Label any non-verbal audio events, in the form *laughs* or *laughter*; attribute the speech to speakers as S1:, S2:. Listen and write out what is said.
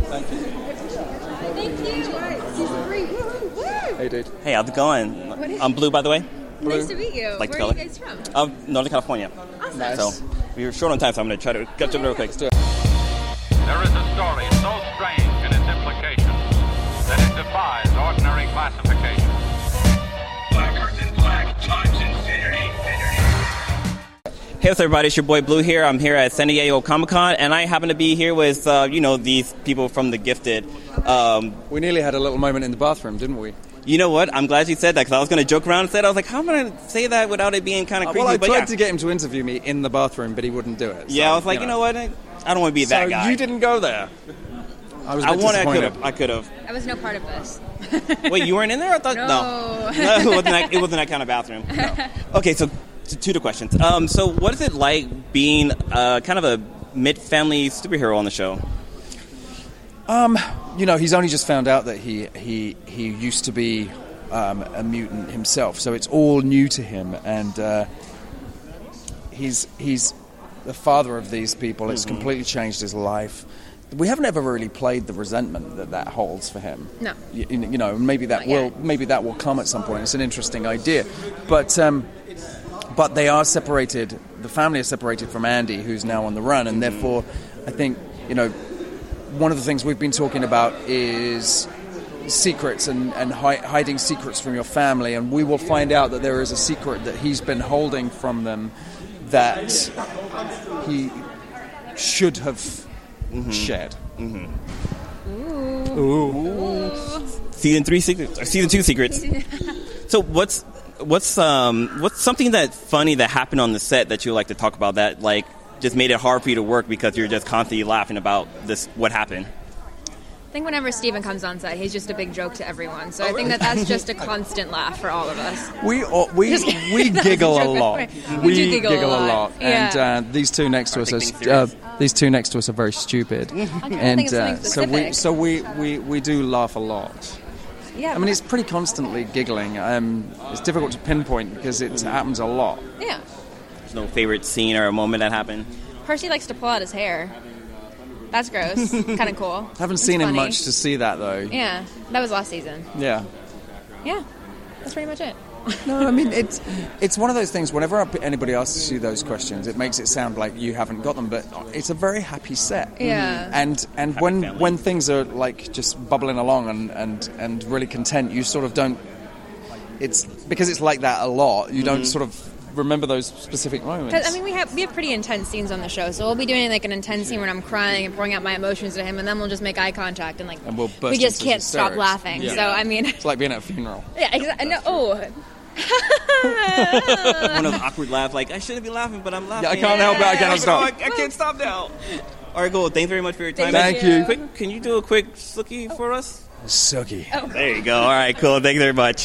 S1: Thank you.
S2: Thank you. Season three. Woo, woo.
S1: Hey, dude.
S3: Hey, how's it going? I'm Blue, by the way.
S2: Nice to meet you.
S3: Like the
S2: Where are you
S3: color?
S2: guys from?
S3: I'm Northern California.
S2: Awesome.
S1: Nice.
S3: So we were short on time, so I'm going to try to catch up real quick.
S1: Let's do it.
S4: There is a story so strange in its implications that it defies ordinary classification.
S5: Black Earth in black, times infinity, infinity.
S3: Hey, what's up, everybody? It's your boy Blue here. I'm here at San Diego Comic Con, and I happen to be here with, uh, you know, these people from The Gifted. Um,
S1: We nearly had a little moment in the bathroom, didn't we?
S3: you know what? I'm glad you said that because I was going to joke around and said, I was like, how am I going to say that without it being kind of
S1: Uh,
S3: creepy?
S1: well, I
S3: but
S1: tried
S3: yeah.
S1: to get him to interview me in the bathroom, but he wouldn't do it.
S3: yeah,
S1: So,
S3: I was like, you know, what? I I don't want to be that
S1: so
S3: guy.
S1: you didn't go there. I was a
S3: I
S1: bit
S3: wanted. I could
S1: disappointed.
S3: have. I could have.
S2: I was no part of this.
S3: Wait, you weren't in there? I thought
S2: No.
S3: no, it, wasn't that, it wasn't that kind of bathroom. No. Okay, so t- two to questions. Um, so, what is it like being uh, kind of a mid-family superhero on the show?
S1: you know, he's only just found out that he he he used to be um, a mutant himself, so it's all new to him, and uh, he's he's the father of these people.
S3: Mm-hmm.
S1: It's completely changed his life. We haven't ever really played the resentment that that holds for him.
S2: No.
S1: Y- you, know, maybe that
S2: Not yet.
S1: will maybe that will come at some point. It's an interesting idea, but. Um, but they are separated. The family is separated from Andy, who's now on the run, and therefore, I think you know, one of the things we've been talking about is secrets and, and hi- hiding secrets from your family, and we will find out that there is a secret that he's been holding from them that he should have shared.
S3: Season three secrets, or season two secrets. so, what's what's um, what's something that funny that happened on the set that you like to talk about that like just made it hard for you to work because you're just constantly laughing about this what happened.
S2: I think whenever Steven comes on set, he's just a big joke to everyone.
S1: Oh,
S2: So I think that that's just a constant laugh for all of us.
S1: We all, we
S2: *laughs*
S1: we giggle a
S2: joke,
S1: lot.
S2: right? We do giggle a lot.
S1: and
S2: Yeah.
S1: uh, these two next to us
S3: Take things
S1: are uh,
S3: serious.
S1: these two next to us are
S2: *laughs*
S1: very stupid, and uh,
S2: think of something
S1: so we
S2: specific.
S1: so we, we, we do laugh a lot.
S2: Yeah.
S1: I mean, it's pretty constantly giggling. Um, it's difficult to pinpoint because it happens a lot.
S2: yeah.
S3: There's no favorite scene or a moment that happened.
S2: Percy likes to pull out his hair. That's
S1: *laughs*
S2: gross. kind of cool.
S1: Haven't
S2: It's
S1: seen him
S2: funny.
S1: much to see that though.
S2: Yeah, that was last season.
S1: yeah.
S2: Yeah, that's pretty much it.
S1: No, I
S3: *laughs*
S1: mean it's it's one of those things. Whenever anybody asks you those questions, it makes it sound like you haven't got them. But it's a very happy set.
S2: Yeah.
S1: And and when
S3: family.
S1: when things are like just bubbling along and and and really content, you sort of don't. It's because it's like that a lot. You
S3: Mm-hmm.
S1: don't sort of remember those specific moments.
S2: Because I mean, we have we have pretty intense scenes on the show, so we'll be doing like an intense scene when I'm crying and pouring out my emotions to him, and then we'll just make eye contact and like
S1: And we'll burst
S2: we just
S1: into
S2: can't stop
S1: hysterics.
S2: laughing.
S1: Yeah.
S2: So I *laughs* mean,
S1: it's like being at a funeral.
S2: yeah, exactly. No, oh,
S3: One of those awkward laughs, like I shouldn't be laughing, but I'm laughing.
S1: Yeah, I can't help it. I cannot
S3: Oh, I, I
S1: stop.
S3: can't stop now. All right, cool. Thanks very much for your time.
S1: Thank you.
S3: Quick, can you do a quick sookie for us?
S1: Suggy.
S3: There you go. All right, cool. Thank you very much.